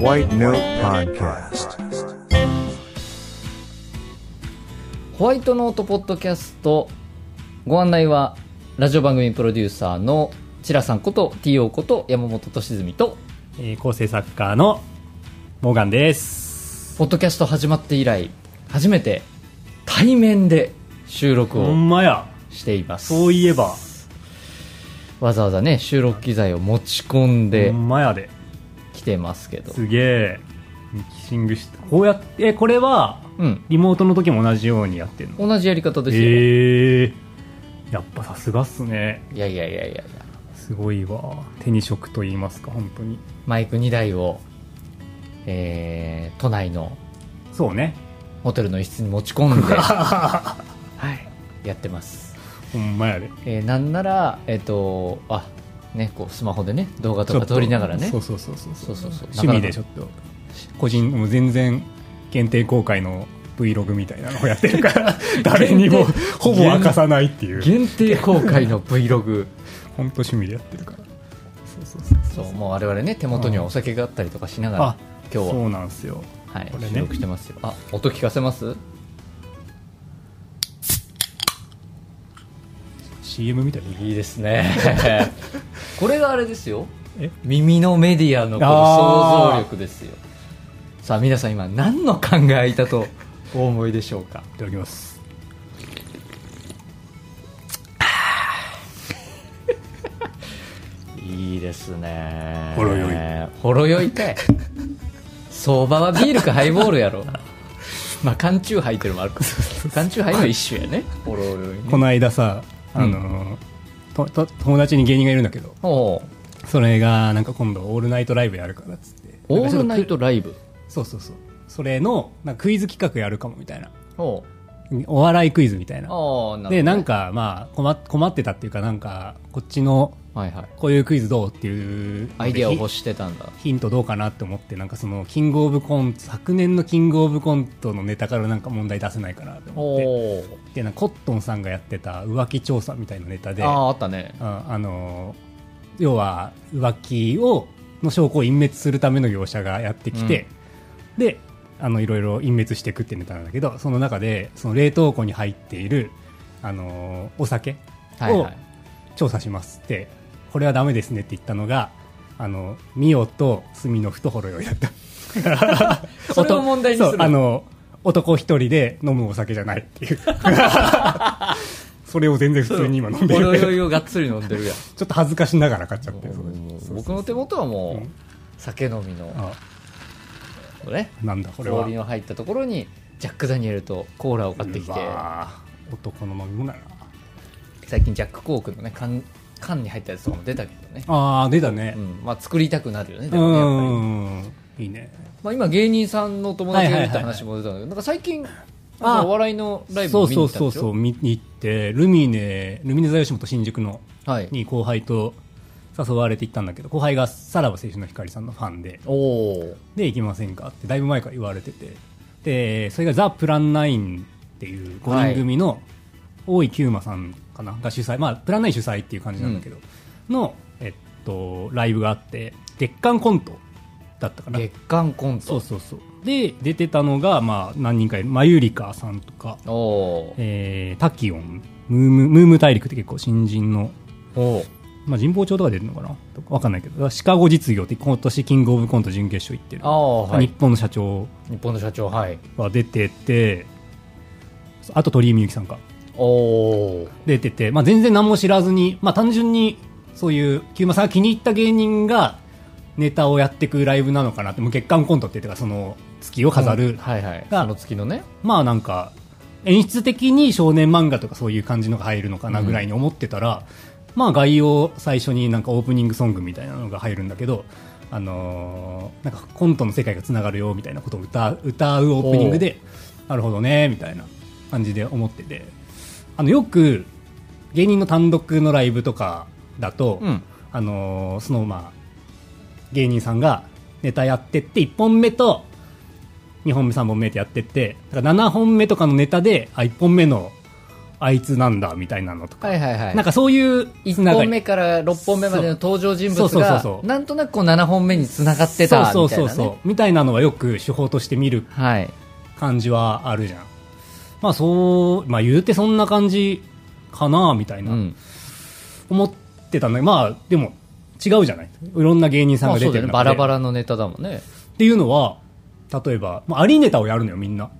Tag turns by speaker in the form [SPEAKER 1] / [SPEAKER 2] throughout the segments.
[SPEAKER 1] White Note Podcast.
[SPEAKER 2] ホワイトノートポッドキャストご案内はラジオ番組プロデューサーのチラさんこと TO こと山本俊澄と
[SPEAKER 3] えー、構成作家のモーガンです
[SPEAKER 2] ポッドキャスト始まって以来初めて対面で収録
[SPEAKER 3] ほ
[SPEAKER 2] を
[SPEAKER 3] んまや
[SPEAKER 2] しています
[SPEAKER 3] そういえば
[SPEAKER 2] わざわざね収録機材を持ち込ん
[SPEAKER 3] ほ
[SPEAKER 2] で
[SPEAKER 3] んまやで
[SPEAKER 2] きてますけど
[SPEAKER 3] すげえミキシングしてこうやってえこれは
[SPEAKER 2] うん
[SPEAKER 3] リモートの時も同じようにやってんの
[SPEAKER 2] 同じやり方ですよ、
[SPEAKER 3] へえー、やっぱさすがっすね
[SPEAKER 2] いやいやいやいやいや
[SPEAKER 3] すごいわ手に職と言いますか本当に
[SPEAKER 2] マイク2台をえー、都内の
[SPEAKER 3] そうね
[SPEAKER 2] ホテルの一室に持ち込 んで、はい、やってます
[SPEAKER 3] ほんまやで
[SPEAKER 2] えーなんなら、えっとあね、こうスマホでね動画とか撮りながらね
[SPEAKER 3] そうそうそうそう
[SPEAKER 2] そうそうそう
[SPEAKER 3] 趣味でちょっと個人もう全然限定公開の Vlog みたいなのをやってるから 誰にも
[SPEAKER 2] 限
[SPEAKER 3] ほぼ明かさないっていう
[SPEAKER 2] 限定公開の Vlog
[SPEAKER 3] 本当趣味でやってるからそうそう そう
[SPEAKER 2] そうもう我々ね手元にはお酒があったりとかしながら
[SPEAKER 3] あ
[SPEAKER 2] 今日
[SPEAKER 3] そ
[SPEAKER 2] は、
[SPEAKER 3] うなんですよ
[SPEAKER 2] はい
[SPEAKER 3] これね
[SPEAKER 2] 収録してますよあ音聞かせます
[SPEAKER 3] CM みたいない
[SPEAKER 2] いですね これがあれですよ
[SPEAKER 3] え
[SPEAKER 2] 耳のメディアのこの想像力ですよさあ皆さん今何の考えたとお思いでしょうか
[SPEAKER 3] いただきます
[SPEAKER 2] いいですね
[SPEAKER 3] ほろ酔い
[SPEAKER 2] ほろ酔いかい相場はビールかハイボールやろまあ缶チューハイっていうのもあるか缶チューハイの一種やねほろ酔いね
[SPEAKER 3] この間さあのーとと友達に芸人がいるんだけど
[SPEAKER 2] おう
[SPEAKER 3] それがなんか今度オールナイトライブやるからっつって
[SPEAKER 2] オールナイトライブ
[SPEAKER 3] そうそうそうそれのなんかクイズ企画やるかもみたいな
[SPEAKER 2] おう
[SPEAKER 3] お笑いクイズみたいな
[SPEAKER 2] ああなるほど
[SPEAKER 3] でなんかまあ困っ困ってたっていうかなんかこっちの
[SPEAKER 2] はいはい
[SPEAKER 3] こういうクイズどうっていう
[SPEAKER 2] アイデアを欲
[SPEAKER 3] し
[SPEAKER 2] してたんだ
[SPEAKER 3] ヒントどうかなって思ってなんかそのキングオブコント昨年のキングオブコントのネタからなんか問題出せないかなと
[SPEAKER 2] お
[SPEAKER 3] 思って
[SPEAKER 2] お
[SPEAKER 3] でなんかコットンさんがやってた浮気調査みたいなネタで
[SPEAKER 2] あ
[SPEAKER 3] あ
[SPEAKER 2] ああったね
[SPEAKER 3] あの要は浮気をの証拠を隠滅するための業者がやってきて、であのいろいろ隠滅していくってネタなんだけどその中でその冷凍庫に入っているあのお酒を、
[SPEAKER 2] はいはい
[SPEAKER 3] 調査しますってこれはダメですねって言ったのがあのミオとスミの太ほろ酔いだった
[SPEAKER 2] それを問題にする
[SPEAKER 3] そうあの男一人で飲むお酒じゃないって いうそれを全然普通に今飲んで
[SPEAKER 2] ほろ
[SPEAKER 3] る
[SPEAKER 2] 酔
[SPEAKER 3] けど
[SPEAKER 2] いをがっつり飲んでるやん
[SPEAKER 3] ちょっと恥ずかしながら買っちゃってる
[SPEAKER 2] 僕の手元はも
[SPEAKER 3] う
[SPEAKER 2] うん酒飲みの
[SPEAKER 3] あ
[SPEAKER 2] ね
[SPEAKER 3] なんだこれは
[SPEAKER 2] 氷の入ったところにジャック・ダニエルとコーラを買ってきて
[SPEAKER 3] うわー男の飲み物だな
[SPEAKER 2] 最近ジャック・コークのね缶缶に入ったやつとかも出たけどね、
[SPEAKER 3] ああ出た
[SPEAKER 2] う
[SPEAKER 3] ね
[SPEAKER 2] んまあ、作りたくなるよね
[SPEAKER 3] う
[SPEAKER 2] でもねやっぱり、
[SPEAKER 3] んいいね
[SPEAKER 2] まあ、今芸人さんの友達がいるって
[SPEAKER 3] はいはいはいは
[SPEAKER 2] 話
[SPEAKER 3] い
[SPEAKER 2] も出たんだけどなんか最近
[SPEAKER 3] あー
[SPEAKER 2] なんかお笑いのライブ
[SPEAKER 3] そ
[SPEAKER 2] を
[SPEAKER 3] う
[SPEAKER 2] 見に行
[SPEAKER 3] そう
[SPEAKER 2] ったん
[SPEAKER 3] そ
[SPEAKER 2] で
[SPEAKER 3] う
[SPEAKER 2] す
[SPEAKER 3] そ
[SPEAKER 2] よ
[SPEAKER 3] う見に行ってルミネルミネ座吉本新宿の
[SPEAKER 2] はい
[SPEAKER 3] に後輩と誘われて行ったんだけど後輩がさらば青春の光さんのファンで
[SPEAKER 2] おお
[SPEAKER 3] で行きませんかってだいぶ前から言われててでそれがザ・プランナインっていう5人組の大井久馬さんかなが主催まあプランナイン主催っていう感じなんだけど、の、えっと、ライブがあって月刊コントだったかな
[SPEAKER 2] 月刊コント
[SPEAKER 3] そうそうそうで出てたのが、まあ、何人かいるマユリカさんとか、
[SPEAKER 2] おおー
[SPEAKER 3] えータキオンムームムーム大陸って結構新人の
[SPEAKER 2] おー
[SPEAKER 3] まあ、神保町とか出るのかなとかわかんないけどシカゴ実業って今年キングオブコント準決勝行ってる
[SPEAKER 2] ああはい
[SPEAKER 3] 日本の社長
[SPEAKER 2] 日本の社長はい
[SPEAKER 3] は出ててあと鳥居みゆきさんか
[SPEAKER 2] おお
[SPEAKER 3] 出てて、まあ、全然何も知らずに、まあ、単純にそういうキューマさんが気に入った芸人がネタをやっていくライブなのかなってもう月間コントって言ってからその月を飾る、
[SPEAKER 2] はいはい
[SPEAKER 3] が
[SPEAKER 2] その月のね
[SPEAKER 3] まあなんか演出的に少年漫画とかそういう感じのが入るのかなぐらいに思ってたら、まあ概要最初になんかオープニングソングみたいなのが入るんだけど、あのーなんかコントの世界がつながるよみたいなことを歌う歌うオープニングでなるほどねみたいな感じで思っててあのよく芸人の単独のライブとかだと、
[SPEAKER 2] うん
[SPEAKER 3] あのーそのまあ芸人さんがネタやってって1本目と2本目3本目ってやってってだから7本目とかのネタであ1本目のあいつなんだみたいなのとか、
[SPEAKER 2] はいはいはい
[SPEAKER 3] なんかそういうつ
[SPEAKER 2] 1
[SPEAKER 3] なが
[SPEAKER 2] 本
[SPEAKER 3] り
[SPEAKER 2] 目から6本目までの登場人
[SPEAKER 3] そ
[SPEAKER 2] 物
[SPEAKER 3] うそうそう
[SPEAKER 2] が
[SPEAKER 3] そう
[SPEAKER 2] なんとなくこう7本目に繋がってたみたいな、ね、
[SPEAKER 3] そうそうそうそうみたいなのはよく手法として見る
[SPEAKER 2] はい
[SPEAKER 3] 感じはあるじゃんまあそうまあ言うてそんな感じかなみたいうな、
[SPEAKER 2] ん
[SPEAKER 3] 思ってたんだけどまあでも違うじゃないいろんな芸人さん
[SPEAKER 2] まあ
[SPEAKER 3] が
[SPEAKER 2] そ
[SPEAKER 3] 出
[SPEAKER 2] うだよ
[SPEAKER 3] てる
[SPEAKER 2] ねバラバ
[SPEAKER 3] ラ
[SPEAKER 2] ラのネタだもんね
[SPEAKER 3] っていうのは例えば、まあ、アリネタをやるのよみんな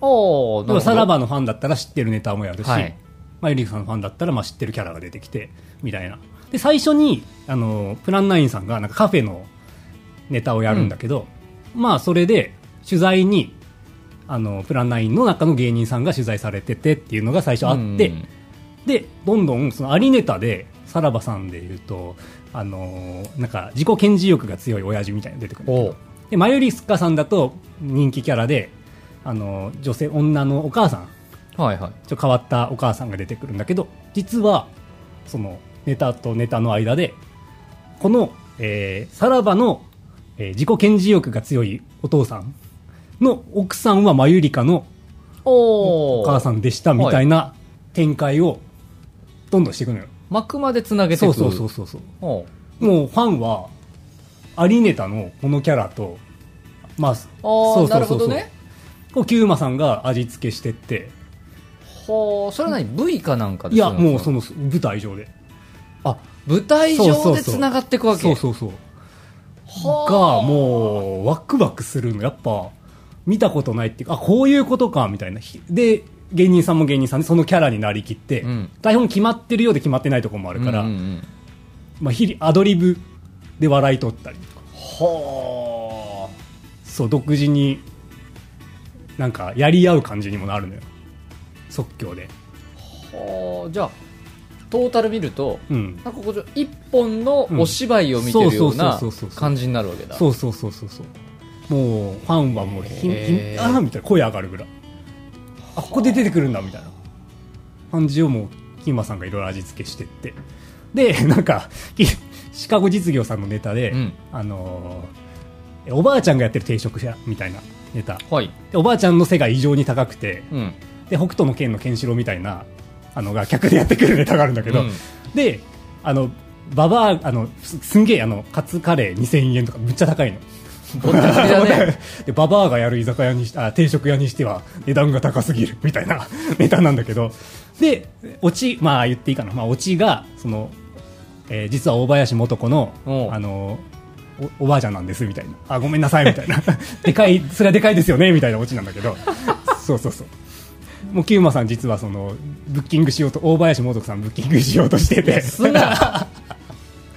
[SPEAKER 2] おお
[SPEAKER 3] 例えばさらばのファンだったら知ってるネタもやるし、
[SPEAKER 2] はい
[SPEAKER 3] まあ、エリックさんのファンだったらまあ知ってるキャラが出てきてみたいなで最初にあのプランナインさんがなんかカフェのネタをやるんだけど、まあそれで取材にあのプランナインの中の芸人さんが取材されててっていうのが最初あって、でどんどんそのアリネタでさらばさんで言うとあのーなんか自己顕示欲が強い親父みたいなの出てくるんだけ
[SPEAKER 2] おう
[SPEAKER 3] どでマユリスカさんだと人気キャラであのー女性女のお母さん
[SPEAKER 2] はいはい
[SPEAKER 3] ちょっと変わったお母さんが出てくるんだけど実はそのネタとネタの間でこの、えーさらばの、えー自己顕示欲が強いお父さんの奥さんはマユリカの
[SPEAKER 2] お
[SPEAKER 3] お母さ
[SPEAKER 2] ん
[SPEAKER 3] んでしたみたいな展開をどんどんしていくのよ。
[SPEAKER 2] 幕まで繋げて
[SPEAKER 3] そ
[SPEAKER 2] く
[SPEAKER 3] うそうそうそうそう
[SPEAKER 2] おう
[SPEAKER 3] もうファンはアリネタのこのキャラとまあ
[SPEAKER 2] あ
[SPEAKER 3] そ
[SPEAKER 2] あな
[SPEAKER 3] うそう
[SPEAKER 2] る
[SPEAKER 3] そ
[SPEAKER 2] ほ
[SPEAKER 3] うそ
[SPEAKER 2] ど
[SPEAKER 3] う
[SPEAKER 2] ね
[SPEAKER 3] こうキューマさんが味付けしてって
[SPEAKER 2] ほうそれは何 V かなんかで
[SPEAKER 3] いやもうそ
[SPEAKER 2] の
[SPEAKER 3] の舞台上で
[SPEAKER 2] あ舞台
[SPEAKER 3] そ
[SPEAKER 2] 上
[SPEAKER 3] うそ
[SPEAKER 2] で
[SPEAKER 3] うそう
[SPEAKER 2] 繋がっていくわけ
[SPEAKER 3] そうそうそう
[SPEAKER 2] はあ
[SPEAKER 3] がもうワクワクするのやっぱ見たことないっていうかあこういうことかみたいなひで芸人さんも芸人さんでそのキャラになりきって、
[SPEAKER 2] うん
[SPEAKER 3] 台本決まってるようで決まってないところもあるから、
[SPEAKER 2] うんうんうん
[SPEAKER 3] まあ、ひりアドリブで笑い取ったりとか
[SPEAKER 2] は
[SPEAKER 3] そう独自になんかやり合う感じにもなるのよ即興で
[SPEAKER 2] あはあじゃあトータル見ると
[SPEAKER 3] うん
[SPEAKER 2] なんかこう一本のお芝居を見てるよう
[SPEAKER 3] うん
[SPEAKER 2] な
[SPEAKER 3] そうそうそうそうそう
[SPEAKER 2] 感じになるわけだ
[SPEAKER 3] そうそうそうそうそうもうファンはもうひんひ
[SPEAKER 2] へー
[SPEAKER 3] んあーみたいな声上がるぐらいあここで出てくるんだみたいな感じをもうキンマさんがいろいろ味付けしてってで なんかきシカゴ実業さんのネタで、
[SPEAKER 2] うん
[SPEAKER 3] あのーえおばあちゃんがやってる定食屋みたいなネタ
[SPEAKER 2] はい
[SPEAKER 3] でおばあちゃんの背が異常に高くて、
[SPEAKER 2] うん
[SPEAKER 3] で北斗の拳のケンシロウみたいなあのが客でやってくるネタがあるんだけど、
[SPEAKER 2] うん
[SPEAKER 3] であのババアあのすすんげえあのカツカレー2000円とかむっちゃ高いの
[SPEAKER 2] ぼったくりだ ね
[SPEAKER 3] でババアがやる居酒屋にしあ定食屋にしては値段が高すぎる みたいなネタなんだけどでオチまあ言っていいかな、まあ、オチがその、えー実は大林素子の
[SPEAKER 2] おう
[SPEAKER 3] あのおおばあちゃんなんですみたいなあごめん なさいみたいなでかいそれはでかいですよねみたいなオチなんだけどそうそうそうもうキューマさん実はそのブッキングしようと大林素子さんブッキングしようとしてて
[SPEAKER 2] す な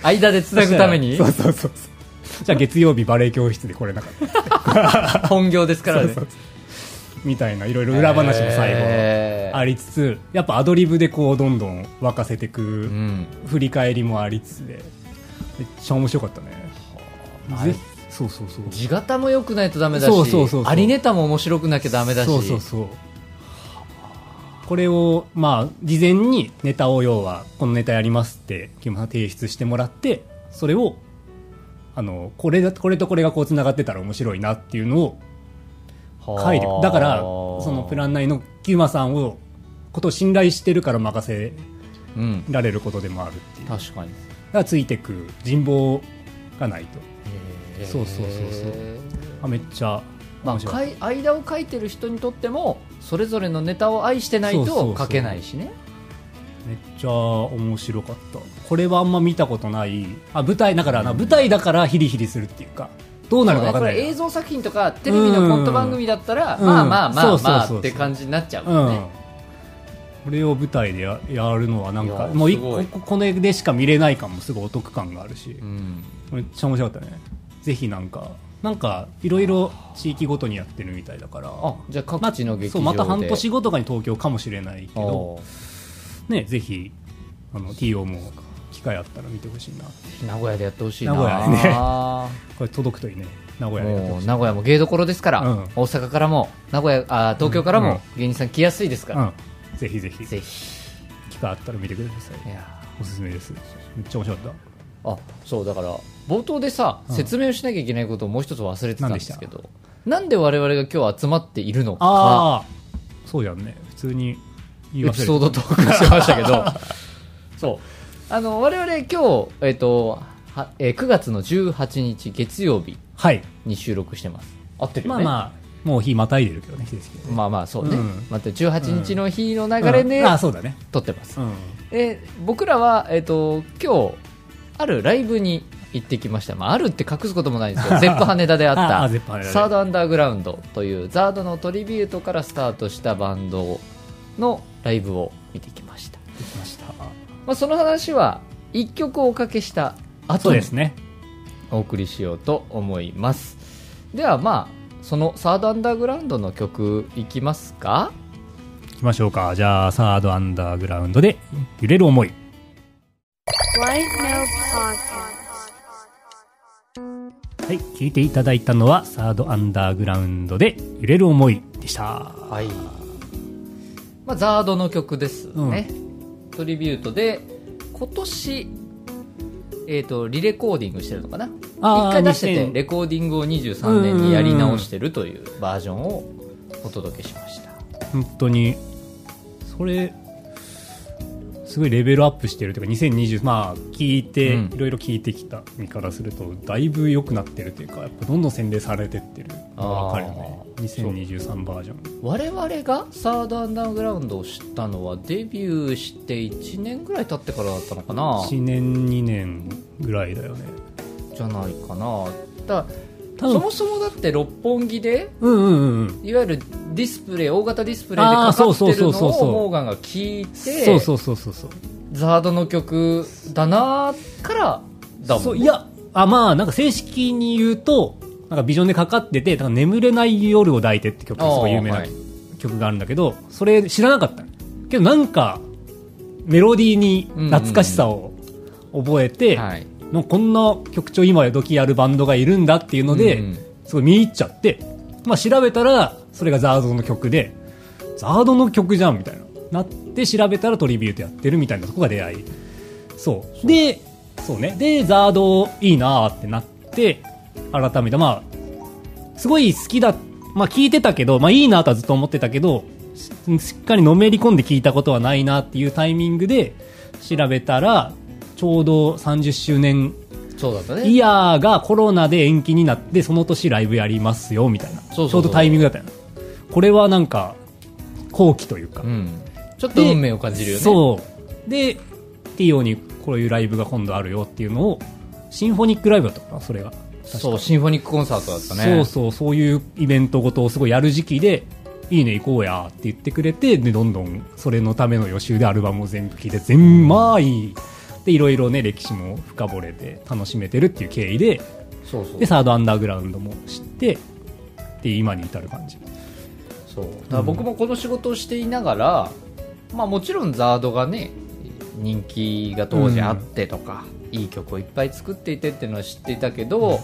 [SPEAKER 2] 間でつなぐために
[SPEAKER 3] そうそうそうそうじゃあ月曜日バレエ教室で来れなかった
[SPEAKER 2] 本業ですからね
[SPEAKER 3] そうそうそうみたいないろいろ裏話も最後
[SPEAKER 2] へー
[SPEAKER 3] ありつつやっぱアドリブでこうどんどん沸かせてく、
[SPEAKER 2] うん
[SPEAKER 3] 振り返りもありつつでめっちゃ面白かったね
[SPEAKER 2] あ
[SPEAKER 3] ぜそうそうそう
[SPEAKER 2] 地形も良くないとダメだし
[SPEAKER 3] そうそうそうそう
[SPEAKER 2] ありネタも面白くなきゃダメだし
[SPEAKER 3] そうそうそうこれをまあ事前にネタを要はこのネタやりますって木村さん提出してもらってそれをあのこれだこれとこれがこうつながってたら面白いなっていうのを
[SPEAKER 2] はあ
[SPEAKER 3] 体力だからそのプラン内のキューマさんをことを信頼してるから任せ
[SPEAKER 2] うん
[SPEAKER 3] られることでもあるっていうだか
[SPEAKER 2] 確かに
[SPEAKER 3] らついてく人望がないと
[SPEAKER 2] へー
[SPEAKER 3] そうそうそうそうあめっちゃ
[SPEAKER 2] まあ、
[SPEAKER 3] 面白
[SPEAKER 2] か
[SPEAKER 3] い
[SPEAKER 2] い間を書いてる人にとってもそれぞれのネタを愛してない
[SPEAKER 3] そうそう
[SPEAKER 2] と
[SPEAKER 3] そう
[SPEAKER 2] 書けないしね
[SPEAKER 3] めっちゃ面白かったこれはあんま見たことないあ舞台だからな舞台だからヒリヒリするっていうかどうなるか分か
[SPEAKER 2] こ
[SPEAKER 3] んないな
[SPEAKER 2] れ映像作品とかテレビのコント番組だったら、
[SPEAKER 3] うん
[SPEAKER 2] まあまあま
[SPEAKER 3] そ
[SPEAKER 2] あ
[SPEAKER 3] うそう
[SPEAKER 2] ま
[SPEAKER 3] そうそ
[SPEAKER 2] あ
[SPEAKER 3] う
[SPEAKER 2] って感じになっちゃう
[SPEAKER 3] う
[SPEAKER 2] もん
[SPEAKER 3] ん
[SPEAKER 2] ね、
[SPEAKER 3] これを舞台でややるのはなん
[SPEAKER 2] いや
[SPEAKER 3] か
[SPEAKER 2] ー
[SPEAKER 3] もう一
[SPEAKER 2] すご
[SPEAKER 3] 個
[SPEAKER 2] い
[SPEAKER 3] ここれでしか見れない感もすごいお得感があるし、
[SPEAKER 2] うん
[SPEAKER 3] めっちゃ面白かったねぜひなんかなんかいろいろ地域ごとにやってるみたいだから
[SPEAKER 2] あじゃあ各地の劇
[SPEAKER 3] そ
[SPEAKER 2] 場
[SPEAKER 3] う
[SPEAKER 2] で、
[SPEAKER 3] また半年後とかに東京かもしれないけど
[SPEAKER 2] おー
[SPEAKER 3] ねぜひあの TO も機会あったら見てほしいな
[SPEAKER 2] 名古屋でやってほしいな
[SPEAKER 3] 名古屋 でね
[SPEAKER 2] あ
[SPEAKER 3] これ届くといいね名古
[SPEAKER 2] ー
[SPEAKER 3] 屋でやって
[SPEAKER 2] も
[SPEAKER 3] ほ
[SPEAKER 2] う
[SPEAKER 3] しい
[SPEAKER 2] 名古屋も芸どころですから、
[SPEAKER 3] うん
[SPEAKER 2] 大阪からも名古屋あー東京からも芸人さん来やすいですから、
[SPEAKER 3] うんぜひぜひ
[SPEAKER 2] ぜひ
[SPEAKER 3] 機会あったら見てください
[SPEAKER 2] いや
[SPEAKER 3] おすすめですめっちゃ面白かっ
[SPEAKER 2] ーあそうだから冒頭でさ、説明をしなきゃいけないことをもう一つ忘れてたんですけどなんで我々が今日集まっているの
[SPEAKER 3] た
[SPEAKER 2] か
[SPEAKER 3] ああそうやんね普通に言
[SPEAKER 2] エ
[SPEAKER 3] い忘れて
[SPEAKER 2] ピソードトークしてましたけど そうあの我々今日、えっとはえー9月の18日月曜日
[SPEAKER 3] はい
[SPEAKER 2] に収録してます合ってる
[SPEAKER 3] ま
[SPEAKER 2] よ
[SPEAKER 3] あ
[SPEAKER 2] ね
[SPEAKER 3] まあもう日またいでるけどね季節的にね
[SPEAKER 2] まあまあそうね、
[SPEAKER 3] うん
[SPEAKER 2] また18日の日の流れで、
[SPEAKER 3] うんあそうだね
[SPEAKER 2] 撮ってます、
[SPEAKER 3] うん
[SPEAKER 2] で僕らは、えっと今日あるライブに行ってきました、まあ、あるって隠すこともないんですけ どゼップ羽田であっ
[SPEAKER 3] あ
[SPEAKER 2] た
[SPEAKER 3] あゼップ羽田で
[SPEAKER 2] サードアンダーグラウンドというザードのトリビュートからスタートしたバンドのライブを見てきました、
[SPEAKER 3] できました
[SPEAKER 2] まあ、その話は1曲おかけした
[SPEAKER 3] そ
[SPEAKER 2] 後
[SPEAKER 3] う
[SPEAKER 2] に
[SPEAKER 3] ですね
[SPEAKER 2] お送りしようと思いますではまあそのサードアンダーグラウンドの曲いきますか
[SPEAKER 3] 行きましょうかじゃあサードアンダーグラウンドで「揺れる思い
[SPEAKER 4] White Note Podcast. 」
[SPEAKER 3] はい聞いていただいたのはサードアンダーグラウンドで「揺れる思い」でした
[SPEAKER 2] はい、まあ、ザードの曲ですね、トリビュートで今年えー、とリレコーディングしてるのかな
[SPEAKER 3] あー
[SPEAKER 2] 一回出してて
[SPEAKER 3] 2000
[SPEAKER 2] レコーディングを23年にやり直してるというバージョンをお届けしました
[SPEAKER 3] 本当にそれすごいレベルアップしてるというか2020まあ聞いて、
[SPEAKER 2] うん
[SPEAKER 3] いろいろ聞いてきた身からするとだいぶ良くなってるというかやっぱどんどん洗礼されてってるのが分かるよね
[SPEAKER 2] あー
[SPEAKER 3] 2023バージョン
[SPEAKER 2] 我々がサードアンダーグラウンドを知ったのはデビューして1年ぐらい経ってからだったのかな
[SPEAKER 3] 1年2年ぐらいだよね
[SPEAKER 2] じゃないかなだ
[SPEAKER 3] 多分
[SPEAKER 2] そもそもだって六本木で
[SPEAKER 3] うんうんうんうん
[SPEAKER 2] いわゆるディスプレイ大型ディスプレイで
[SPEAKER 3] あ
[SPEAKER 2] か
[SPEAKER 3] ー
[SPEAKER 2] か
[SPEAKER 3] そう
[SPEAKER 2] って
[SPEAKER 3] そう
[SPEAKER 2] るの
[SPEAKER 3] そうそうそう
[SPEAKER 2] をモーガンが聞いて
[SPEAKER 3] そうそうそうそうそう
[SPEAKER 2] ザードの曲だなーからだもん
[SPEAKER 3] そういやあまあなんか正式に言うとなんかビジョンでかかってて「なんか眠れない夜を抱いて」って曲がすごい有名
[SPEAKER 2] あー
[SPEAKER 3] な
[SPEAKER 2] はい
[SPEAKER 3] 曲があるんだけど、それ知らなかったのけどなんかメロディーに懐かしさを覚えて、
[SPEAKER 2] はい
[SPEAKER 3] なんかこんな曲調今時やるバンドがいるんだっていうので、
[SPEAKER 2] うんうん
[SPEAKER 3] すごい見入っちゃって、まあ、調べたらそれがザードの曲でザードの曲じゃんみたいななって調べたらトリビュートやってるみたいなとこが出会いそうでそうねでザードいいなーってなって改めてまあすごい好きだまあ聞いてたけど、まあ、いいなとはずっと思ってたけどししっかりのめり込んで聞いたことはないなっていうタイミングで調べたらちょうど30周年
[SPEAKER 2] そうだったね
[SPEAKER 3] イヤーがコロナで延期になってその年ライブやりますよみたいな
[SPEAKER 2] そうそうそう
[SPEAKER 3] ちょうどタイミングだったよこれはなんか後期というか、
[SPEAKER 2] うん、ちょっと運命を感じるよね
[SPEAKER 3] そうでティオにこういうライブが今度あるよっていうのをシンフォニックライブだったかなそれが
[SPEAKER 2] そうシンフォニックコンサートだったね
[SPEAKER 3] そうそうそういうイベントごとをすごいやる時期でいいね行こうやって言ってくれてでどんどんそれのための予習でアルバムを全部聴いて全まあいいでいろいろね歴史も深掘れて楽しめてるっていう経緯で
[SPEAKER 2] そうそう
[SPEAKER 3] でサードアンダーグラウンドも知ってで今に至る感じ
[SPEAKER 2] そうだから僕もこの仕事をしていながら、まあ、もちろんザードがね人気が当時あってとか、いい曲をいっぱい作っていてっていうのは知っていたけど、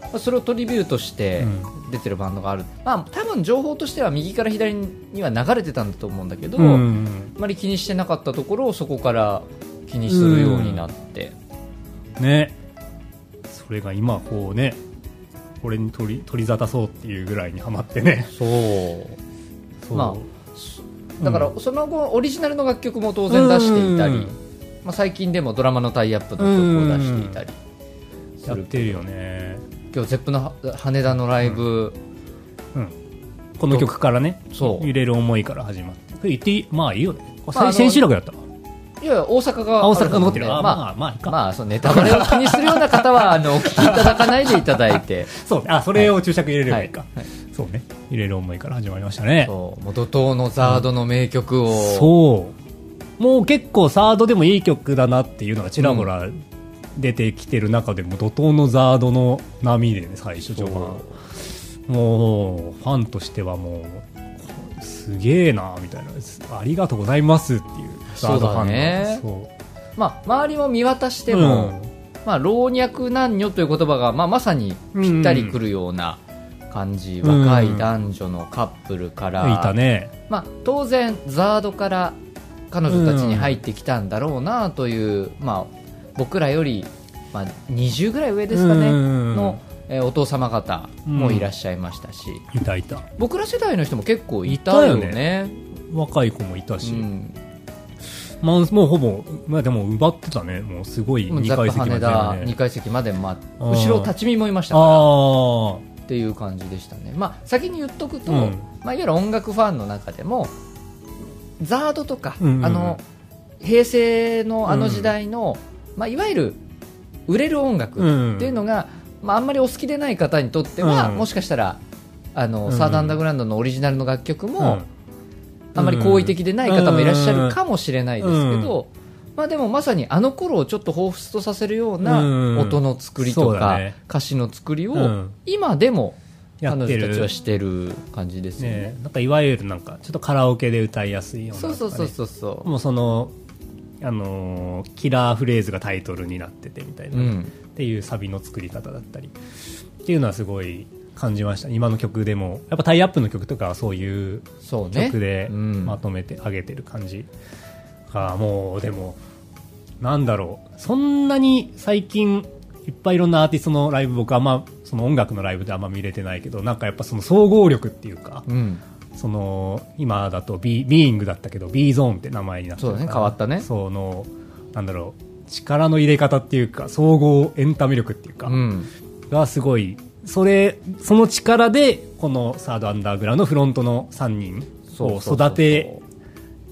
[SPEAKER 2] まあそれをトリビュートして出てるバンドがある、まあ、多分情報としては右から左には流れてたんだと思うんだけど、
[SPEAKER 3] うん
[SPEAKER 2] あまり気にしてなかったところをそこから気にするようになって、
[SPEAKER 3] ねそれが今こうねこれに取り取り沙汰そうっていうぐらいにはまってね
[SPEAKER 2] そう
[SPEAKER 3] そう
[SPEAKER 2] まあだからその後オリジナルの楽曲も当然出していたり、
[SPEAKER 3] うん
[SPEAKER 2] まあ、最近でもドラマのタイアップの曲を出していたりす
[SPEAKER 3] やっ
[SPEAKER 2] る
[SPEAKER 3] てるよね、
[SPEAKER 2] 今日ゼップのは羽田のライブ、
[SPEAKER 3] うん、この曲からね
[SPEAKER 2] そう
[SPEAKER 3] 揺れる思いから始まってこれ言っていいまあいいよねあ
[SPEAKER 2] まああの
[SPEAKER 3] 千秋楽だった
[SPEAKER 2] いやいや大阪が
[SPEAKER 3] あ大阪が残ってる
[SPEAKER 2] ま
[SPEAKER 3] あ
[SPEAKER 2] あ
[SPEAKER 3] ま
[SPEAKER 2] ま
[SPEAKER 3] あまあいい
[SPEAKER 2] あ
[SPEAKER 3] か、
[SPEAKER 2] まあ、そうネタバレ を気にするような方はあのお聞きいただかないでいただいて
[SPEAKER 3] そうあそれを注釈入れればいいか、
[SPEAKER 2] はいはい
[SPEAKER 3] そうね揺れる思いから始まりましたね
[SPEAKER 2] そうもう怒涛のザードの名曲を、
[SPEAKER 3] そうもう結構サードでもいい曲だなっていうのがちらほら出てきてる中でも怒涛のザードの波でね最初序盤もうファンとしてはもうすげえなみたいなありがとうございますっていうザードファ
[SPEAKER 2] そうだ
[SPEAKER 3] ンの
[SPEAKER 2] ね
[SPEAKER 3] そう
[SPEAKER 2] まあ、周りも見渡しても、
[SPEAKER 3] うん
[SPEAKER 2] まあ、老若男女という言葉が、まあ、まさにぴったりくるような感じ、
[SPEAKER 3] うん
[SPEAKER 2] 若い男女のカップルから、
[SPEAKER 3] いたね
[SPEAKER 2] まあ、当然ザードから彼女たちに入ってきたんだろうなという、まあ、僕らより、まあ、20ぐらい上ですかね、
[SPEAKER 3] うん
[SPEAKER 2] のえーお父様方もいらっしゃいましたし、
[SPEAKER 3] いたいた
[SPEAKER 2] 僕ら世代の人も結構いたよ
[SPEAKER 3] いたよ
[SPEAKER 2] ね
[SPEAKER 3] 若い子もいたし、
[SPEAKER 2] うん
[SPEAKER 3] まあ、もうほぼ、まあ、でも奪ってたねもうすごい
[SPEAKER 2] もう
[SPEAKER 3] 2
[SPEAKER 2] ザッ
[SPEAKER 3] 階
[SPEAKER 2] プ
[SPEAKER 3] 席ま
[SPEAKER 2] 羽
[SPEAKER 3] でだ
[SPEAKER 2] 田
[SPEAKER 3] よね
[SPEAKER 2] 2階席まで、ま、
[SPEAKER 3] あー
[SPEAKER 2] 後ろ立ち見もいましたか
[SPEAKER 3] あ
[SPEAKER 2] らっていう感じでしたね、まあ、先に言っとくと、
[SPEAKER 3] うん
[SPEAKER 2] まあ、いわゆる音楽ファンの中でもザードとか、
[SPEAKER 3] うんうんうん
[SPEAKER 2] あの平成のあの時代の、まあ、いわゆる売れる音楽っていうのが、まあ、あんまりお好きでない方にとっては、
[SPEAKER 3] うん
[SPEAKER 2] もしかしたらあの、
[SPEAKER 3] うん
[SPEAKER 2] サードアンダーグラウンドのオリジナルの楽曲
[SPEAKER 3] あ
[SPEAKER 2] も、あまり好意的でない方もいらっしゃるかもしれないですけど、まあ、でもまさにあの頃をちょっと彷彿とさせるよう
[SPEAKER 3] うん
[SPEAKER 2] な音の作りと
[SPEAKER 3] そうだ
[SPEAKER 2] か
[SPEAKER 3] ね
[SPEAKER 2] 歌詞の作り
[SPEAKER 3] う
[SPEAKER 2] を
[SPEAKER 3] ん
[SPEAKER 2] 今でも彼
[SPEAKER 3] やっ
[SPEAKER 2] 女
[SPEAKER 3] てる
[SPEAKER 2] たちはしてる感じですよね。
[SPEAKER 3] ねなんかいわゆるなんかちょっとカラオケで歌いやすいような、
[SPEAKER 2] そうそうそうそうそう。
[SPEAKER 3] もうその、あのーキラーフレーズがタイトルになっててみたいな、
[SPEAKER 2] うん
[SPEAKER 3] っていうサビの作り方だったりっていうのはすごい感じました今の曲でもやっぱタイアップの曲とかはそういう
[SPEAKER 2] そうね。
[SPEAKER 3] 曲で
[SPEAKER 2] うん
[SPEAKER 3] まとめて上げてる感じが、もうでもなんだろうそんなに最近いっぱいいろんなアーティストのライブ僕はあんまその音楽のライブであんま見れてないけどなんかやっぱその総合力っていうか、
[SPEAKER 2] うん。
[SPEAKER 3] その今だとビビーイングだったけど B ゾーンって名前になってるから
[SPEAKER 2] そうだね変わったね
[SPEAKER 3] そのなんだろう力の入れ方っていうか総合エンタメ力っていうか、
[SPEAKER 2] うん。
[SPEAKER 3] がすごいそれその力でこのサードアンダーグラウンドのフロントの3人を育て